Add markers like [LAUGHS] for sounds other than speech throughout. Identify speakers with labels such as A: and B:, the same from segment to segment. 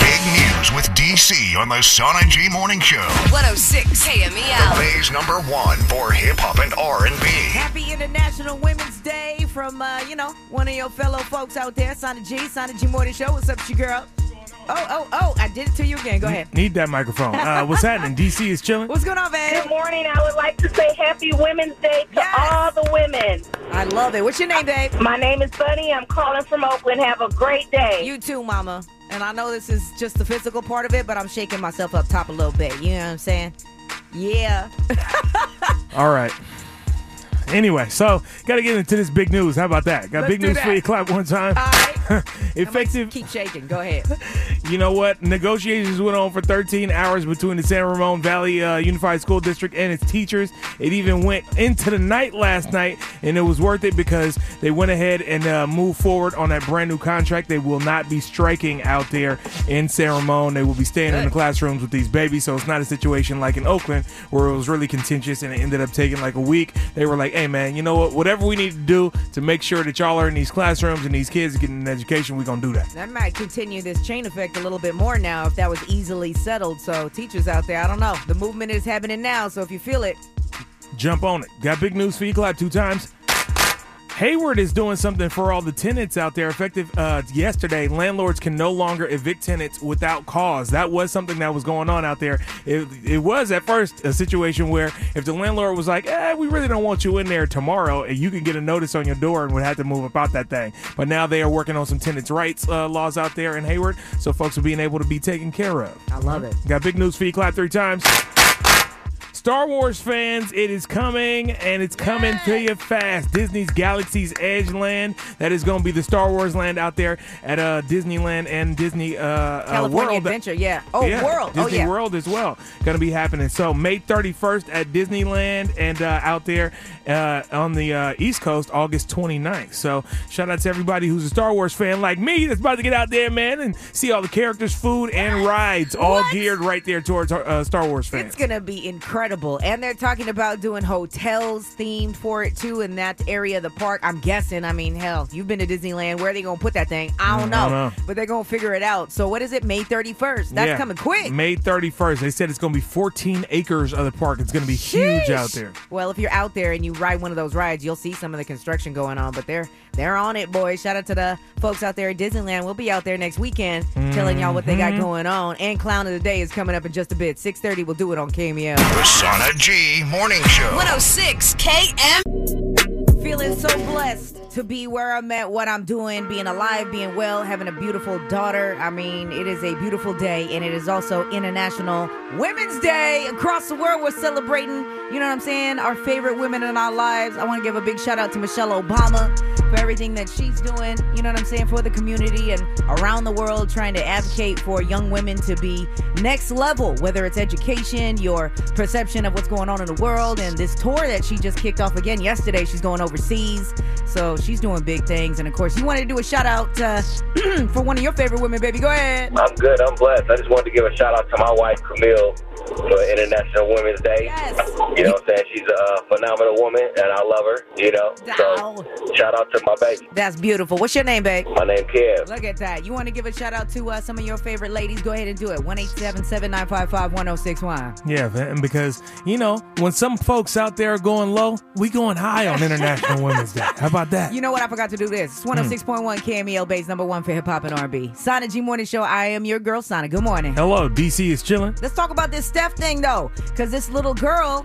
A: Mornings with DC on the Sana G Morning Show.
B: 106 KMEL.
A: Bay's number one for hip hop and R&B.
C: Happy International Women's Day from, uh, you know, one of your fellow folks out there, Sana G, Sana G Morning Show. What's up, with you girl? Oh, oh, oh, I did it to you again. Go ahead.
D: Need that microphone. Uh,
C: [LAUGHS]
D: what's happening? DC is chilling.
C: What's going on, babe?
E: Good morning. I would like to say happy Women's Day to
C: Yes.
E: all the women.
C: I love it. What's your name, babe?
E: My name is Bunny. I'm calling from Oakland. Have a great day.
C: You too, mama. And I know this is just the physical part of it, but I'm shaking myself up top a little bit. You know what I'm saying? Yeah.
D: All right. Anyway, so got to get into this big news. How about that? Got
C: Let's
D: big
C: do
D: news for
C: that. Uh,
D: you. Clap one time. [LAUGHS]
C: All right.
D: Effective.
C: Keep shaking. Go ahead.
D: You know what? Negotiations went on for 13 hours between the San Ramon Valley uh, Unified School District and its teachers. It even went into the night last night, and it was worth it because they went ahead and uh, moved forward on that brand new contract. They will not be striking out there in San Ramon. They will be staying in the classrooms with these babies, so it's not a situation like in Oakland where it was really contentious and it ended up taking like a week. They were like, "Hey, man, you know what? Whatever we need to do to make sure that y'all are in these classrooms and these kids getting an education, we're gonna do that."
C: That might continue this chain effect a little bit more now if that was easily settled. So, teachers out there, I don't know. The movement is happening now. So, if you feel it,
D: Jump on it. Got big news for you, Clap, two times. Hayward is doing something for all the tenants out there. Effective uh, yesterday, landlords can no longer evict tenants without cause. That was something that was going on out there. It, it was at first a situation where if the landlord was like, eh, we really don't want you in there tomorrow, and you can get a notice on your door and would have to move about that thing. But now they are working on some tenants' rights uh, laws out there in Hayward, so folks are being able to be taken care of.
C: I love it.
D: Got big news for you. Clap three times. Star Wars fans, it is coming and it's coming to you fast. Disney's Galaxy's Edge land. That is going to be the Star Wars land out there at uh, Disneyland and Disney uh, uh,
C: California
D: World.
C: Adventure. Yeah. Oh,
D: Yeah,
C: World.
D: Disney
C: oh, yeah.
D: World as well. Going to be happening. So May 31st at Disneyland and uh, out there uh, on the uh, East Coast, August 29th. So shout out to everybody who's a Star Wars fan like me that's about to get out there, man, and see all the characters, food, and rides all
C: What?
D: geared right there towards uh, Star Wars fans.
C: It's gonna be incredible, and they're talking about doing hotels themed for it too in that area of the park. I'm guessing. I mean, hell, you've been to Disneyland. Where are they gonna put that thing? I don't, know,
D: Mm, don't know.
C: but they're gonna figure it out. So what is it? May 31st. That's
D: Yeah.
C: coming quick.
D: May 31st. They said it's going to be 14 acres of the park. It's going to be huge out there.
C: Well, if you're out there and you ride one of those rides, you'll see some of the construction going on. But they're they're on it, boys. Shout out to the folks out there at Disneyland. We'll be out there next weekend telling y'all what they
D: Mm-hmm.
C: got going on. And Clown of the Day is coming up in just a bit. 6:30. We'll do it on KML.
A: The Sana G Morning Show.
B: 106 KM.
C: Feeling so blessed to be where I'm at, what I'm doing, being alive, being well, having a beautiful daughter. I mean, it is a beautiful day, and it is also International Women's Day. Across the world, we're celebrating, you know what I'm saying, our favorite women in our lives. I want to give a big shout out to Michelle Obama for everything that she's doing, you know what I'm saying, for the community and around the world, trying to advocate for young women to be next level, whether it's education, your perception of what's going on in the world, and this tour that she just kicked off again yesterday. She's going overseas, so she's doing big things. And of course, you wanted to do a shout out uh, [CLEARS THROAT] for one of your favorite women, baby. Go ahead.
F: I'm good. I'm blessed. I just wanted to give a shout out to my wife, Camille, for International Women's Day.
C: Yes.
F: You know what I'm saying? She's a uh, phenomenal woman, and I love her, you know? So, shout out to my baby.
C: That's beautiful. What's your name, babe?
F: My name Kev.
C: Look at that. You want to give a shout out to uh, some of your favorite ladies? Go ahead and do it. 1 955 1061.
D: Yeah, man, because, you know, when some folks out there are going low, we going high on International Women's Day. How about that?
C: You know what? I forgot to do this. It's 106.1 KMEL E Bay's number one for hip hop and R&B. Sana G Morning Show. I am your girl, Sana. Good morning.
D: Hello, DC is chilling.
C: Let's talk about this Steph thing, though, because this little girl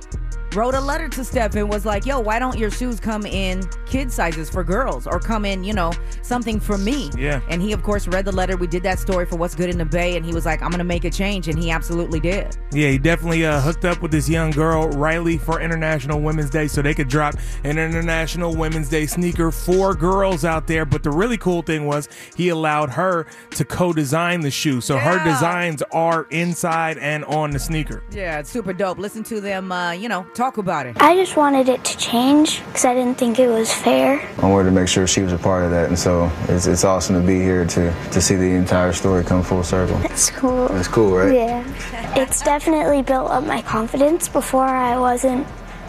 C: wrote a letter to Steph and was like, yo, why don't your shoes come in kid sizes for girls or come in, you know, something for me?
D: Yeah.
C: And he, of course, read the letter. We did that story for What's Good in the Bay, and he was like, I'm going to make a change, and he absolutely did.
D: Yeah, he definitely uh, hooked up with this young girl, Riley, for International Women's Day, so they could drop an International Women's Day sneaker for girls out there. But the really cool thing was he allowed her to co design the shoe. So
C: Yeah.
D: her designs are inside and on the sneaker.
C: Yeah, it's super dope. Listen to them, uh, you know, talk about it.
G: I just wanted it to change because I didn't think it was fair.
H: I wanted to make sure she was a part of that, and so it's, it's awesome to be here to, to see the entire story come full circle.
G: It's cool.
H: It's cool, right?
G: Yeah. It's definitely built up my confidence. Before I wasn't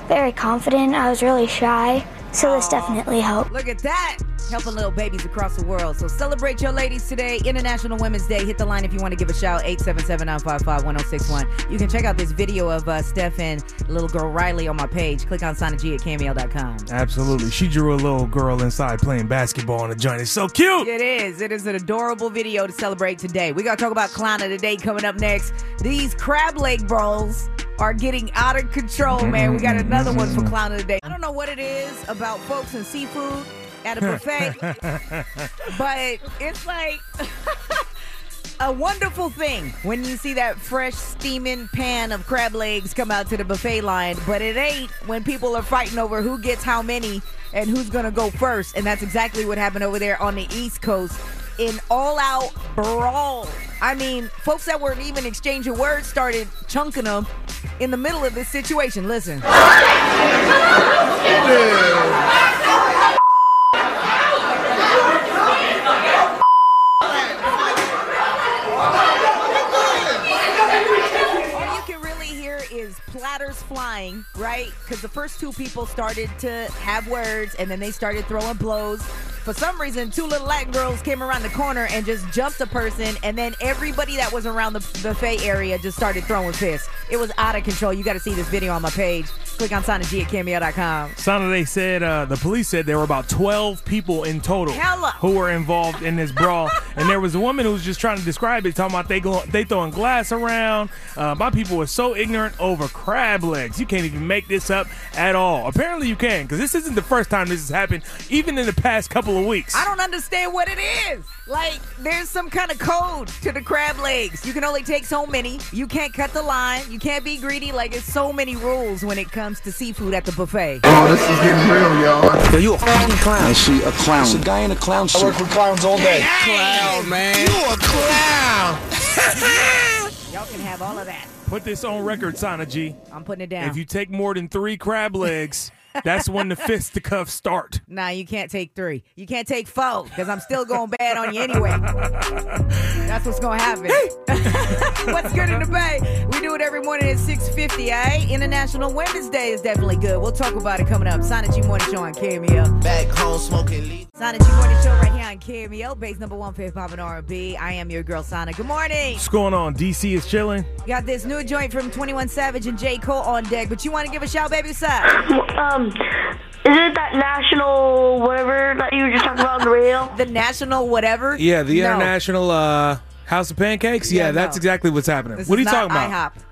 G: very confident, I was really shy. So this definitely helped.
C: Look at that. helping little babies across the world. So celebrate your ladies today, International Women's Day. Hit the line if you want to give a shout, 877-955-1061. You can check out this video of uh, Steph and little girl Riley on my page. Click on Sana G at cameo.com.
D: Absolutely. She drew a little girl inside playing basketball on the joint. It's so cute.
C: It is. It is an adorable video to celebrate today. We're going to talk about clown of the day coming up next. These crab leg bowls are getting out of control, man. We got another one for clown of the day. I don't know what it is about folks and seafood at a buffet, but it's like a wonderful thing when you see that fresh steaming pan of crab legs come out to the buffet line, but it ain't when people are fighting over who gets how many and who's gonna go first. And that's exactly what happened over there on the East Coast in all out brawl. I mean, folks that weren't even exchanging words started chunking them in the middle of this situation. Listen. All you can really hear is platters flying, right? Because the first two people started to have words and then they started throwing blows. For some reason, two little Latin girls came around the corner and just jumped a person, and then everybody that was around the buffet area just started throwing fists. It was out of control. You got to see this video on my page. Click on Sana G at cameo.com.
D: Sana, they said uh, the police said there were about 12 people in total
C: Hella.
D: who were involved in this
C: [LAUGHS]
D: brawl, and there was a woman who was just trying to describe it, talking about they glo- they throwing glass around. Uh, my people were so ignorant over crab legs. You can't even make this up at all. Apparently, you can because this isn't the first time this has happened, even in the past couple of weeks.
C: I don't understand what it is. Like, there's some kind of code to the crab legs. You can only take so many. You can't cut the line. You can't be greedy. Like, it's so many rules when it comes to seafood at the buffet.
I: Oh, this is getting real, y'all.
J: Yo, you a fucking clown.
I: Is she a clown?
J: It's a guy in a clown
I: I
J: suit.
I: work with clowns all day.
J: Clown, man.
I: You a clown.
C: Y'all can have all of that.
D: Put this on record, Sana G.
C: I'm putting it down.
D: If you take more than three crab legs, that's
C: [LAUGHS]
D: when the fisticuffs start.
C: nah, you can't take three. You can't take four because I'm still going bad on you anyway. That's what's going to happen. [LAUGHS] what's good in the Bay? We do it every morning at 6.50, all right? International Women's Day is definitely good. We'll talk about it coming up. Sign it, you morning show on Cameo.
I: Back home smoking leaf.
C: Sana G Morning Show right here on KMEL, base number one for hip hop and R&B. I am your girl, Sana. Good morning.
D: What's going on? DC is chilling.
C: Got this new joint from 21 Savage and J. Cole on deck, but you want to give a shout, baby? What's up?
K: Um, is it that national whatever that you were just talking about on the radio?
C: The national whatever?
D: Yeah, the
C: No.
D: international uh, House of Pancakes. Yeah,
C: Yeah,
D: that's
C: no.
D: exactly what's happening.
C: This
D: what are you
C: is not
D: talking about?
C: IHOP.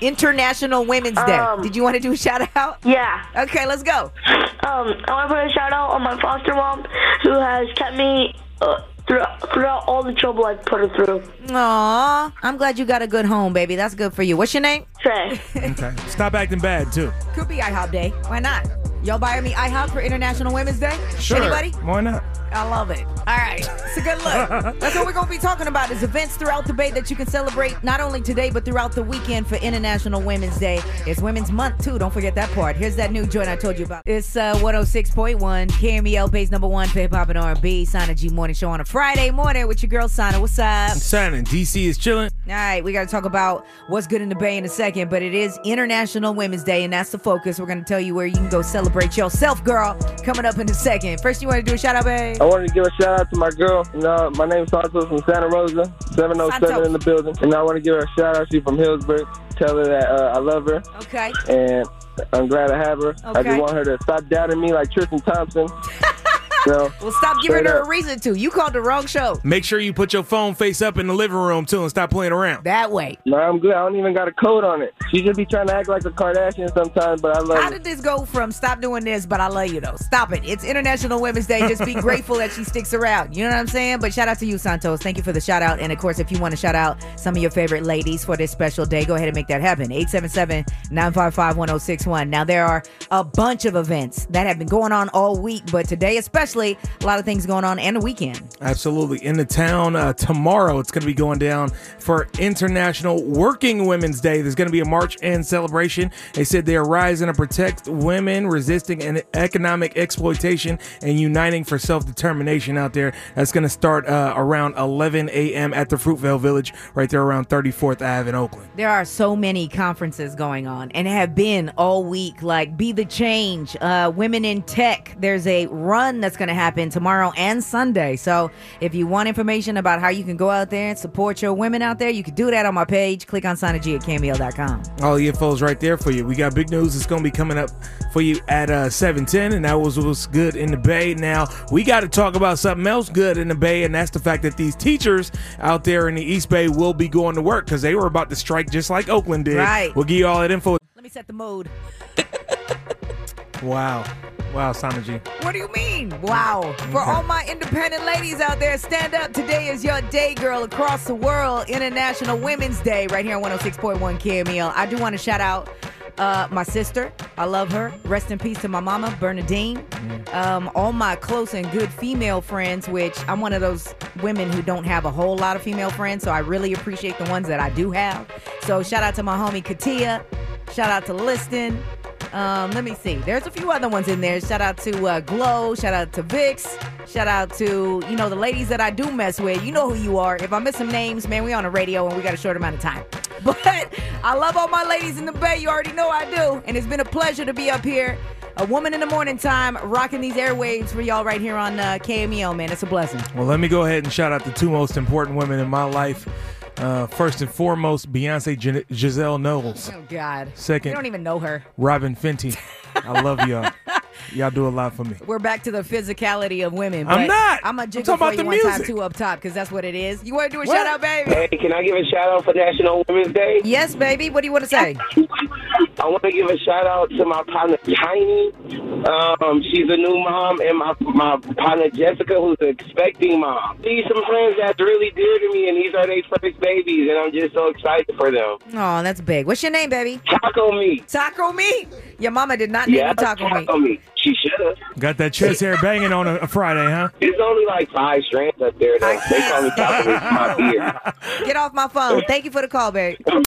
C: International Women's Day.
K: Um,
C: Did you want to do a shout out?
K: Yeah.
C: Okay, let's go.
K: Um, I want to put a shout out on my foster mom who has kept me uh, throughout, throughout all the trouble I've put her through.
C: Aw, I'm glad you got a good home, baby. That's good for you. What's your name?
I: [LAUGHS]
K: Trey.
D: Okay. Stop acting bad too.
C: Could be IHOP Day. Why not? Y'all buy me IHOP for International Women's Day? Anybody?
D: Why not?
C: I love it. All right. It's a good look. That's what we're going to be talking about is events throughout the Bay that you can celebrate not only today, but throughout the weekend for International Women's Day. It's Women's Month, too. Don't forget that part. Here's that new joint I told you about. It's uh, 106.1, KMEL Bay's number one for hip hop and R&B. Sana G Morning Show on a Friday morning with your girl, Sana. What's up?
D: Signing. DC is chilling.
C: All right, we got to talk about what's good in the Bay in a second, but it is International Women's Day, and that's the focus. We're going to tell you where you can go celebrate yourself, girl, coming up in a second. First, you want to do a shout out, babe?
F: I wanted to give a shout out to my girl. You know, my name is Santos from Santa Rosa, 707
C: Santos.
F: in the building. And I want to give her a shout out. She's from Hillsburg. Tell her that uh, I love her
C: Okay.
F: and I'm glad I have her. I
C: Okay.
F: just want her to stop doubting me like Tristan
C: [LAUGHS]
F: Thompson. so,
C: Well, stop giving
F: Straight
C: her
F: up.
C: a reason to. You called the wrong show.
D: Make sure you put your phone face up in the living room too, and stop playing around.
C: That way.
F: no, I'm good. I don't even got a code on it. She just be trying to act like a Kardashian sometimes, but I
C: How
F: love her.
C: did this go from stop doing this, but I love you though? Stop it. It's International Women's Day. Just
F: [LAUGHS]
C: be grateful that she sticks around. You know what I'm saying? But shout out to you, Santos. Thank you for the shout out. And of course, if you want to shout out some of your favorite ladies for this special day, go ahead and make that happen. 877 955 1061. Now, there are a bunch of events that have been going on all week, but today, especially, a lot of things going on and the weekend.
D: Absolutely. In the town uh, tomorrow, it's going to be going down for International Working Women's Day. There's going to be a march and celebration. They said they are rising to protect women, resisting an economic exploitation, and uniting for self determination out there. That's going to start uh, around 11 a.m. at the Fruitvale Village, right there around 34th Ave in Oakland.
C: There are so many conferences going on and have been all week, like Be the Change, uh, Women in Tech. There's a run that's going going to happen tomorrow and Sunday. So if you want information about how you can go out there and support your women out there, you can do that on my page. Click on Sana G at cameo.com.
D: All the info's right there for you. We got big news that's going to be coming up for you at uh, 710, and that was what's good in the Bay. Now, we got to talk about something else good in the Bay, and that's the fact that these teachers out there in the East Bay will be going to work because they were about to strike just like Oakland did.
C: Right.
D: We'll give you all that info.
C: Let me set the mood.
D: Wow. Wow, Sanaji.
C: What do you mean? Wow. For all my independent ladies out there, stand up. Today is your day, girl, across the world, International Women's Day, right here on 106.1 KML. E I do want to shout out uh, my sister. I love her. Rest in peace to my mama, Bernadine. Um, all my close and good female friends, which I'm one of those women who don't have a whole lot of female friends, so I really appreciate the ones that I do have. So shout out to my homie Katia. Shout out to Liston. Um, let me see. There's a few other ones in there. Shout out to uh, Glow. Shout out to Vix. Shout out to you know the ladies that I do mess with. You know who you are. If I miss some names, man, we on the radio and we got a short amount of time. [LAUGHS] But I love all my ladies in the Bay. You already know I do, and it's been a pleasure to be up here, a woman in the morning time, rocking these airwaves for y'all right here on uh, KMEO. Man, it's a blessing.
D: Well, let me go ahead and shout out the two most important women in my life. Uh, first and foremost, Beyonce Gin- Giselle Knowles.
C: Oh God.
D: Second.
C: You don't even know her.
D: Robin Fenty. I love y'all. y'all do a lot for me.
C: We're back to the physicality of women.
D: I'm
C: but
D: not.
C: I'm gonna
D: I'm
C: jiggle
D: talking
C: for
D: about
C: you
D: the
C: one time
D: music.
C: too up top because that's what it is. You want to do a shout out, baby?
F: Hey, can I give a shout out for National Women's Day?
C: Yes, baby. What do you want to say?
F: I want to give a shout out to my partner Tiny. Um, she's a new mom, and my my partner Jessica, who's an expecting mom. These some friends that's really dear to me, and these are their first babies, and I'm just so excited for them.
C: Oh, that's big. What's your name, baby?
F: Taco meat.
C: Taco meat. Your mama did not
F: Yeah,
C: name you taco meat.
F: taco meat. She should have.
D: Got that chest hair banging on a, a Friday, huh?
F: There's only like five strands up there, though. They call me taco meat for my beard.
C: Get off my phone. Thank you for the call, baby. So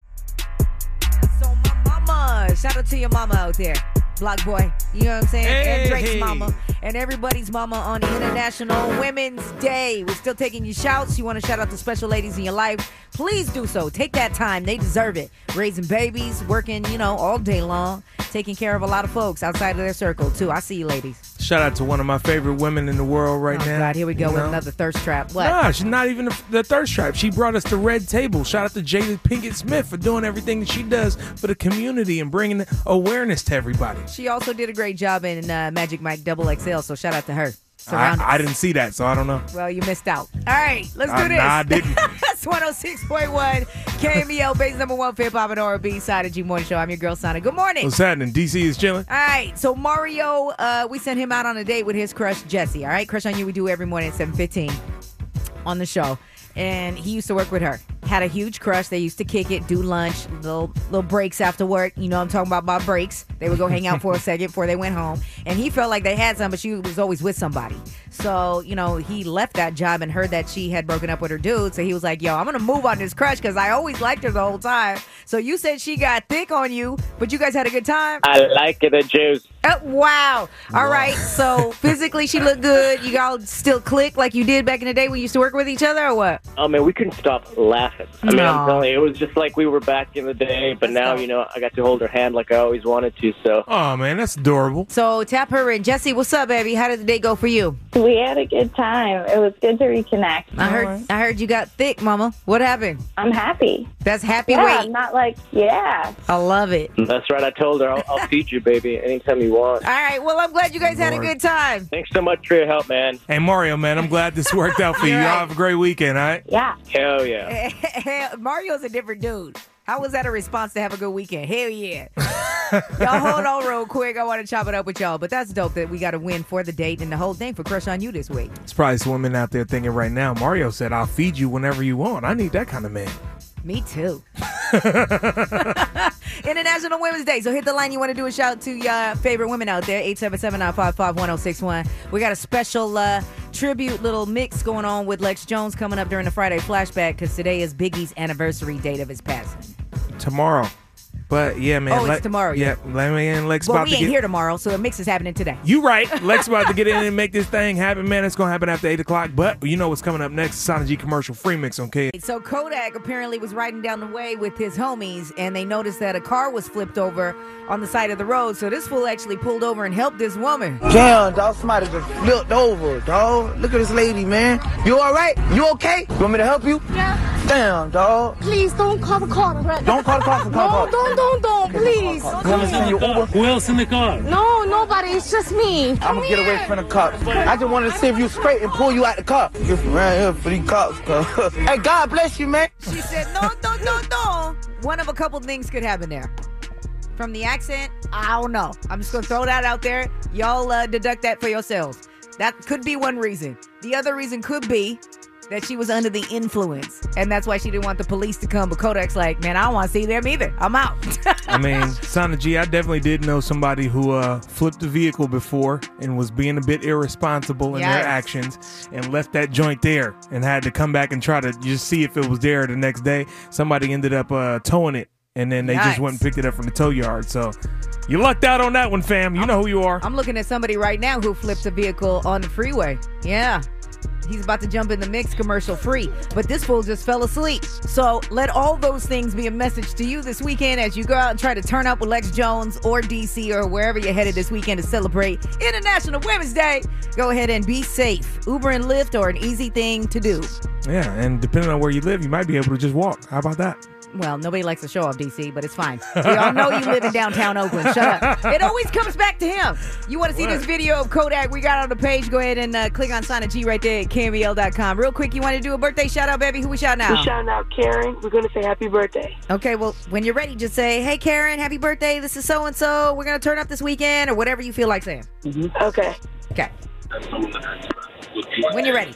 C: my mama, shout out to your mama out there, Block Boy. You know what I'm saying? And Drake's
D: Hey.
C: mama and everybody's mama on International Women's Day. We're still taking your shouts. You want to shout out the special ladies in your life? Please do so. Take that time. They deserve it. Raising babies, working, you know, all day long, taking care of a lot of folks outside of their circle too. I see you, ladies.
D: Shout out to one of my favorite women in the world right now.
C: Oh, God, here we go
D: You
C: with
D: know?
C: another thirst trap. What?
D: Nah, she's not even the, the thirst trap. She brought us the red table. Shout out to Jada Pinkett Smith for doing everything that she does for the community and bringing awareness to everybody.
C: She also did a great job in uh, Magic Mike Double XL, so shout out to her.
D: I,
C: Surrounded.
D: I didn't see that, so I don't know.
C: well, you missed out. All right, let's do
D: Uh,
C: this.
D: nah, I
C: [LAUGHS]
D: didn't.
C: That's 106.1 KMEL, base E number one for hip hop and R&B, side of G Morning Show. I'm your girl, Sana. Good morning.
D: What's happening? DC is chilling.
C: All right, so Mario, uh, we sent him out on a date with his crush Jesse. All right, crush on you we do every morning at seven fifteen on the show, and he used to work with her. Had a huge crush. They used to kick it, do lunch, little little breaks after work. You know, I'm talking about my breaks. They would go hang out for a second before they went home, and he felt like they had some, but she was always with somebody. So you know, he left that job and heard that she had broken up with her dude. So he was like, "Yo, I'm gonna move on this crush because I always liked her the whole time." So you said she got thick on you, but you guys had a good time.
L: I like it, the juice.
C: Oh, wow. All right. So physically, she looked good. You all still click like you did back in the day when you used to work with each other, or what?
L: Oh man, we couldn't stop laughing. I mean,
C: Aw.
L: I'm telling you, it was just like we were back in the day. But now, you know, I got to hold her hand like I always wanted to. So.
D: Oh man, that's adorable.
C: So tap her in. Jesse, what's up, baby? How did the day go for you?
M: We had a good time. It was good to reconnect.
C: I heard. I heard you got thick, Mama. What happened?
M: I'm happy.
C: That's happy
M: yeah,
C: weight.
M: I'm not like yeah.
C: I love it.
F: Mm.
L: That's right. I told her I'll, I'll feed you, baby, anytime you want.
C: All right. Well, I'm glad you guys had a good time. [LAUGHS]
L: Thanks so much for your help, man.
D: Hey Mario, man, I'm glad this worked out for you. Y'all have a great weekend, all right?
M: Yeah.
L: Hell yeah.
C: Mario's a different dude. How was that a response to have a good weekend? Hell yeah. y'all hold on real quick. I want to chop it up with y'all, but that's dope that we got a win for the date and the whole thing for Crush on You this week.
D: It's probably some women out there thinking right now, Mario said, I'll feed you whenever you want. I need that kind of man.
C: Me too. [LAUGHS] International Women's Day. So hit the line. You want to do a shout out to your favorite women out there. 877-955-1061. We got a special uh, tribute little mix going on with Lex Jones coming up during the Friday flashback because today is Biggie's anniversary date of his passing.
D: Tomorrow, But yeah, man.
C: Oh, it's
D: Le-
C: tomorrow, yeah.
D: Yeah, Le- man. Lex
C: well,
D: about
C: we
D: to
C: ain't
D: get.
C: here tomorrow, so the mix is happening today.
D: You right.
C: [LAUGHS]
D: Lex about to get in and make this thing happen, man. It's gonna happen after eight o'clock. But you know what's coming up next? Sonic G commercial free mix on K.
C: So Kodak apparently was riding down the way with his homies, and they noticed that a car was flipped over on the side of the road. So this fool actually pulled over and helped this woman.
I: Damn, dog, somebody just flipped over, dog. Look at this lady, man. You all right? You okay? You want me to help you? Yeah. Damn, dog.
N: Please don't call the car. Right?
I: Don't call the cops and call
N: No,
I: the cops.
N: don't, don't, don't, please.
I: Who else in the car?
N: No, nobody. It's just me.
I: I'm gonna get away from the cops. I just wanted to see if you straight and pull you out the car. You from around here for these cops, cuz. [LAUGHS] hey, God bless you, man.
C: She said, "No, no, no, no." One of a couple things could happen there. From the accent, I don't know. I'm just gonna throw that out there. Y'all uh, deduct that for yourselves. That could be one reason. The other reason could be that she was under the influence, and that's why she didn't want the police to come. But Kodak's like, "Man, I don't want to see them either. I'm out."
D: I mean, Sonic G, I definitely did know somebody who uh, flipped a vehicle before and was being a bit irresponsible in
C: Yikes.
D: their actions and left that joint there and had to come back and try to just see if it was there the next day. Somebody ended up uh, towing it and then they just went and picked it up from the tow yard. So you lucked out on that one, fam. You know who you are.
C: I'm looking at somebody right now who flipped a vehicle on the freeway. Yeah. He's about to jump in the mix commercial free, but this fool just fell asleep. So let all those things be a message to you this weekend as you go out and try to turn up with Lex Jones or DC or wherever you're headed this weekend to celebrate International Women's Day. Go ahead and be safe. Uber and Lyft are an easy thing to do.
D: Yeah, and depending on where you live, you might be able to just walk. How about that?
C: Well, nobody likes to show off DC, but it's fine. We all know you live in downtown Oakland. Shut up. It always comes back to him. You want to see this video of Kodak we got on the page? Go ahead and uh, click on Sana G right there at cameo.com. Real quick, you want to do a birthday shout out, baby? Who we shouting out?
O: We're shouting out Karen. We're gonna say happy birthday.
C: Okay, well, when you're ready, just say, hey, Karen, happy birthday. This is so and so. We're going to turn up this weekend or whatever you feel like saying.
O: Mm-hmm. Okay.
C: Okay. When you're ready.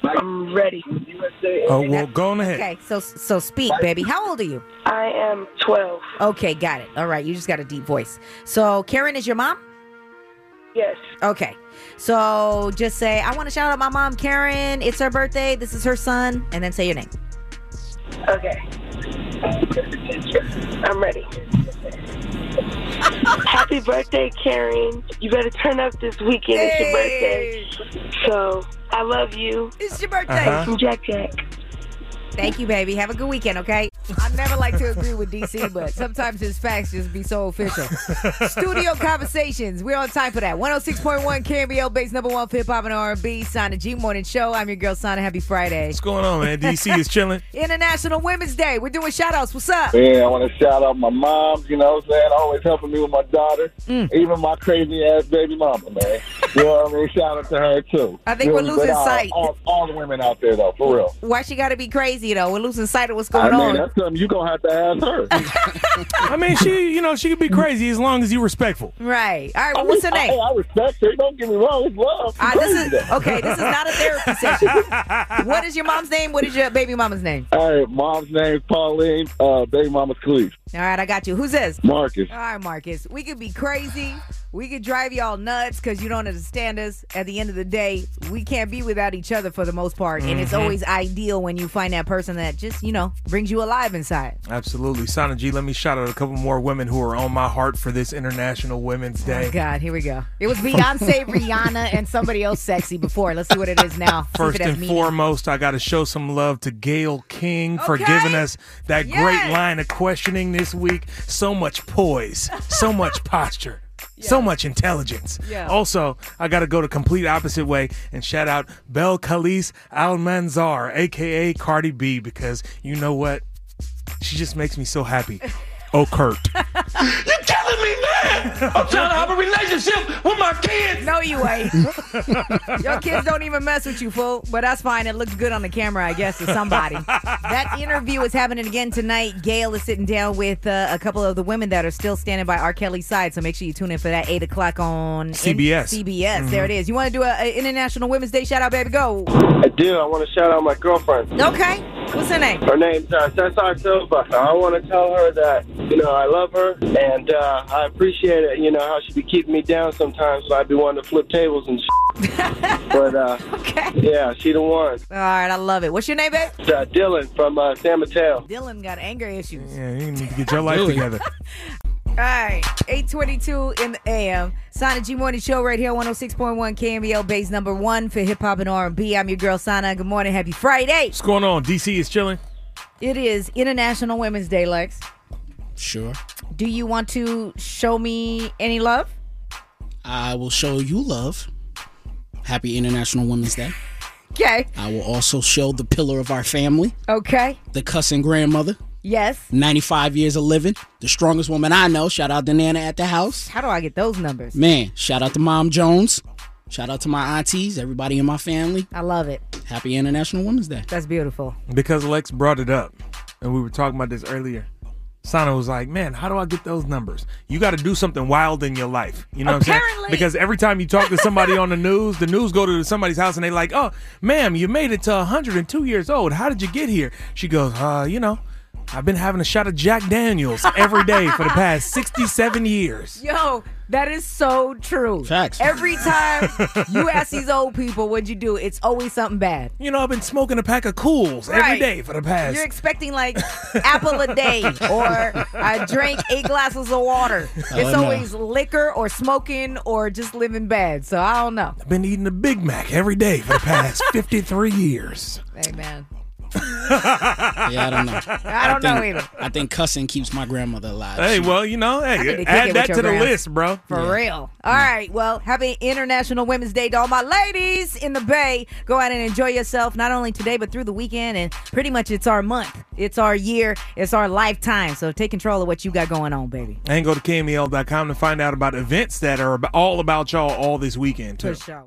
O: I'm ready.
D: Oh, well, go on ahead.
C: Okay, so so speak, baby. How old are you?
O: I am 12.
C: Okay, got it. All right, you just got a deep voice. So, Karen is your mom?
O: Yes.
C: Okay. So, just say, I want to shout out my mom, Karen. It's her birthday. This is her son. And then say your name.
O: Okay. I'm ready. happy birthday, Karen. You better turn up this weekend. It's your birthday. So I love you.
C: It's your
D: Uh-huh.
C: birthday.
O: Thanks from Jack Jack.
C: Thank you, baby. Have a good weekend, okay? I never like to agree with DC, but sometimes his facts just be so official. Studio conversations. We're on time for that. 106.1 KBL base number one for hip hop and R&B. Sana G Morning Show. I'm your girl, Sana. Happy Friday.
D: What's going on, man? DC is chilling.
C: International Women's Day. We're doing shout outs. What's up?
P: Man, I want to shout out my mom, you know what I'm saying? Always helping me with my daughter,
I: Mm.
P: even my crazy ass baby mama, man. You know what I mean? Shout out to her, too.
C: I think
P: You
C: we're
P: know what I mean?
C: losing
P: But all-
C: sight.
P: All, all the women out there, though, for real.
C: Why she got to be crazy, though? We're losing sight of what's going
P: I mean,
C: on.
P: that's something you're going to have to ask her.
C: [LAUGHS]
D: I mean, she, you know, she could be crazy as long as you respectful.
C: Right. All right.
P: Oh,
C: Well, Oh, what's her name?
P: I respect her. Don't get me wrong. It's love.
C: Ah, this is okay. This is not a therapy
P: [LAUGHS]
C: session. what is your mom's name? What is your baby mama's name?
P: All right, mom's name's Pauline, uh, baby mama's Khalees.
C: All right, I got you. Who's this?
P: Marcus.
C: All right, Marcus. We could be crazy. We could drive y'all nuts because you don't understand us. At the end of the day, we can't be without each other for the most part. And it's
D: Mhm.
C: always ideal when you find that person that just, you know, brings you alive inside.
D: Absolutely. Sana G, let me shout out a couple more women who are on my heart for this International Women's Day.
C: Oh, God, here we go. It
D: [LAUGHS]
C: was Beyonce, Rihanna, and somebody else sexy before. Let's see what it is now. See if
D: First
C: it has
D: and
C: meaning.
D: foremost, I got to show some love to Gail King for
C: Okay.
D: giving us that great line of questioning this week. So much poise,
C: [LAUGHS]
D: so much posture. So much intelligence.
Q: Yeah.
D: Also, I got to go the complete opposite way and shout out Bel Khalice Almanzar, aka Cardi B, because you know what? She just makes me so
C: [LAUGHS]
D: happy. Oh, Kurt.
I: You're telling me, man. I'm trying to have a relationship with my kids.
C: No, you ain't. Your kids don't even mess with you, fool. But that's fine. It looks good on the camera, I guess, to somebody. that interview is happening again tonight. Gail is sitting down with uh, a couple of the women that are still standing by R. Kelly's side. So make sure you tune in for that eight o'clock on
P: CBS.
C: CBS. There it is. You want to do a, a International Women's Day shout out, baby? Go.
F: I do. I want to shout out my girlfriend.
C: Okay. What's her name? [LAUGHS]
F: Her name's uh, Cesar Silva. I want to tell her that, you know, I love her and uh, I appreciate it, you know, how she be keeping me down sometimes when I be wanting to flip tables and shit.
O: [LAUGHS]
F: but uh, yeah, she the one.
C: All right, I love it. What's your name, babe?
F: Uh, Dylan from uh, San Mateo.
C: Dylan got anger issues.
D: Yeah, you need to get your life together.
C: All right, 8:22 in the AM. Sana G Morning Show right here, 106.1 KMBL, E base number one for hip hop and R&B. I'm your girl Sana. Good morning, happy Friday.
D: What's going on? DC is chilling.
C: It is International Women's Day, Lex.
P: Sure.
C: Do you want to show me any love?
P: I will show you love. Happy International Women's Day.
C: Okay.
P: I will also show the pillar of our family,
C: Okay.
P: the cussing grandmother,
C: Yes.
P: 95 years of living, the strongest woman I know. Shout out to Nana at the house.
C: How do I get those numbers?
P: Man, shout out to Mom Jones. Shout out to my aunties, everybody in my family.
C: I love it.
P: Happy International Women's Day.
C: That's beautiful.
D: Because Lex brought it up, and we were talking about this earlier. Sana was like, "Man, how do I get those numbers? You got to do something wild in your life, you know what I'm saying?
C: Apparently.
D: Because every time you talk to somebody on the news, the news go to somebody's house and they like, "Oh, ma'am, you made it to 102 years old. How did you get here?" She goes, "Uh, you know, I've been having a shot of Jack Daniels every day for the past 67 years."
C: Yo, that is so true.
D: Facts.
C: Every time you ask these old people what'd you do, it's always something bad.
D: You know, I've been smoking a pack of cools every
C: Right.
D: day for the past
C: You're expecting like apple a day or I drank eight glasses of water.
D: Oh,
C: it's
D: no.
C: always liquor or smoking or just living bad. So I don't know.
D: I've been eating a Big Mac every day for the past 53 years.
C: Hey man.
P: [LAUGHS] Yeah, I don't know.
C: I don't know
P: think-
C: either.
P: I think cussing keeps my grandmother alive.
D: Hey,
P: She-
D: well, you know,
P: I need
D: hey,
P: to kick
D: add
P: it
D: that
P: with
D: to
P: your
D: the
P: grandma.
D: list, bro.
C: For real. All right. Well, happy International Women's Day to all my ladies in the Bay. Go out and enjoy yourself, not only today, but through the weekend. And pretty much it's our month, it's our year, it's our lifetime. So take control of what you got going on, baby.
D: E And go to KMEL.com to find out about events that are ab- all about y'all all this weekend, too.
C: For sure.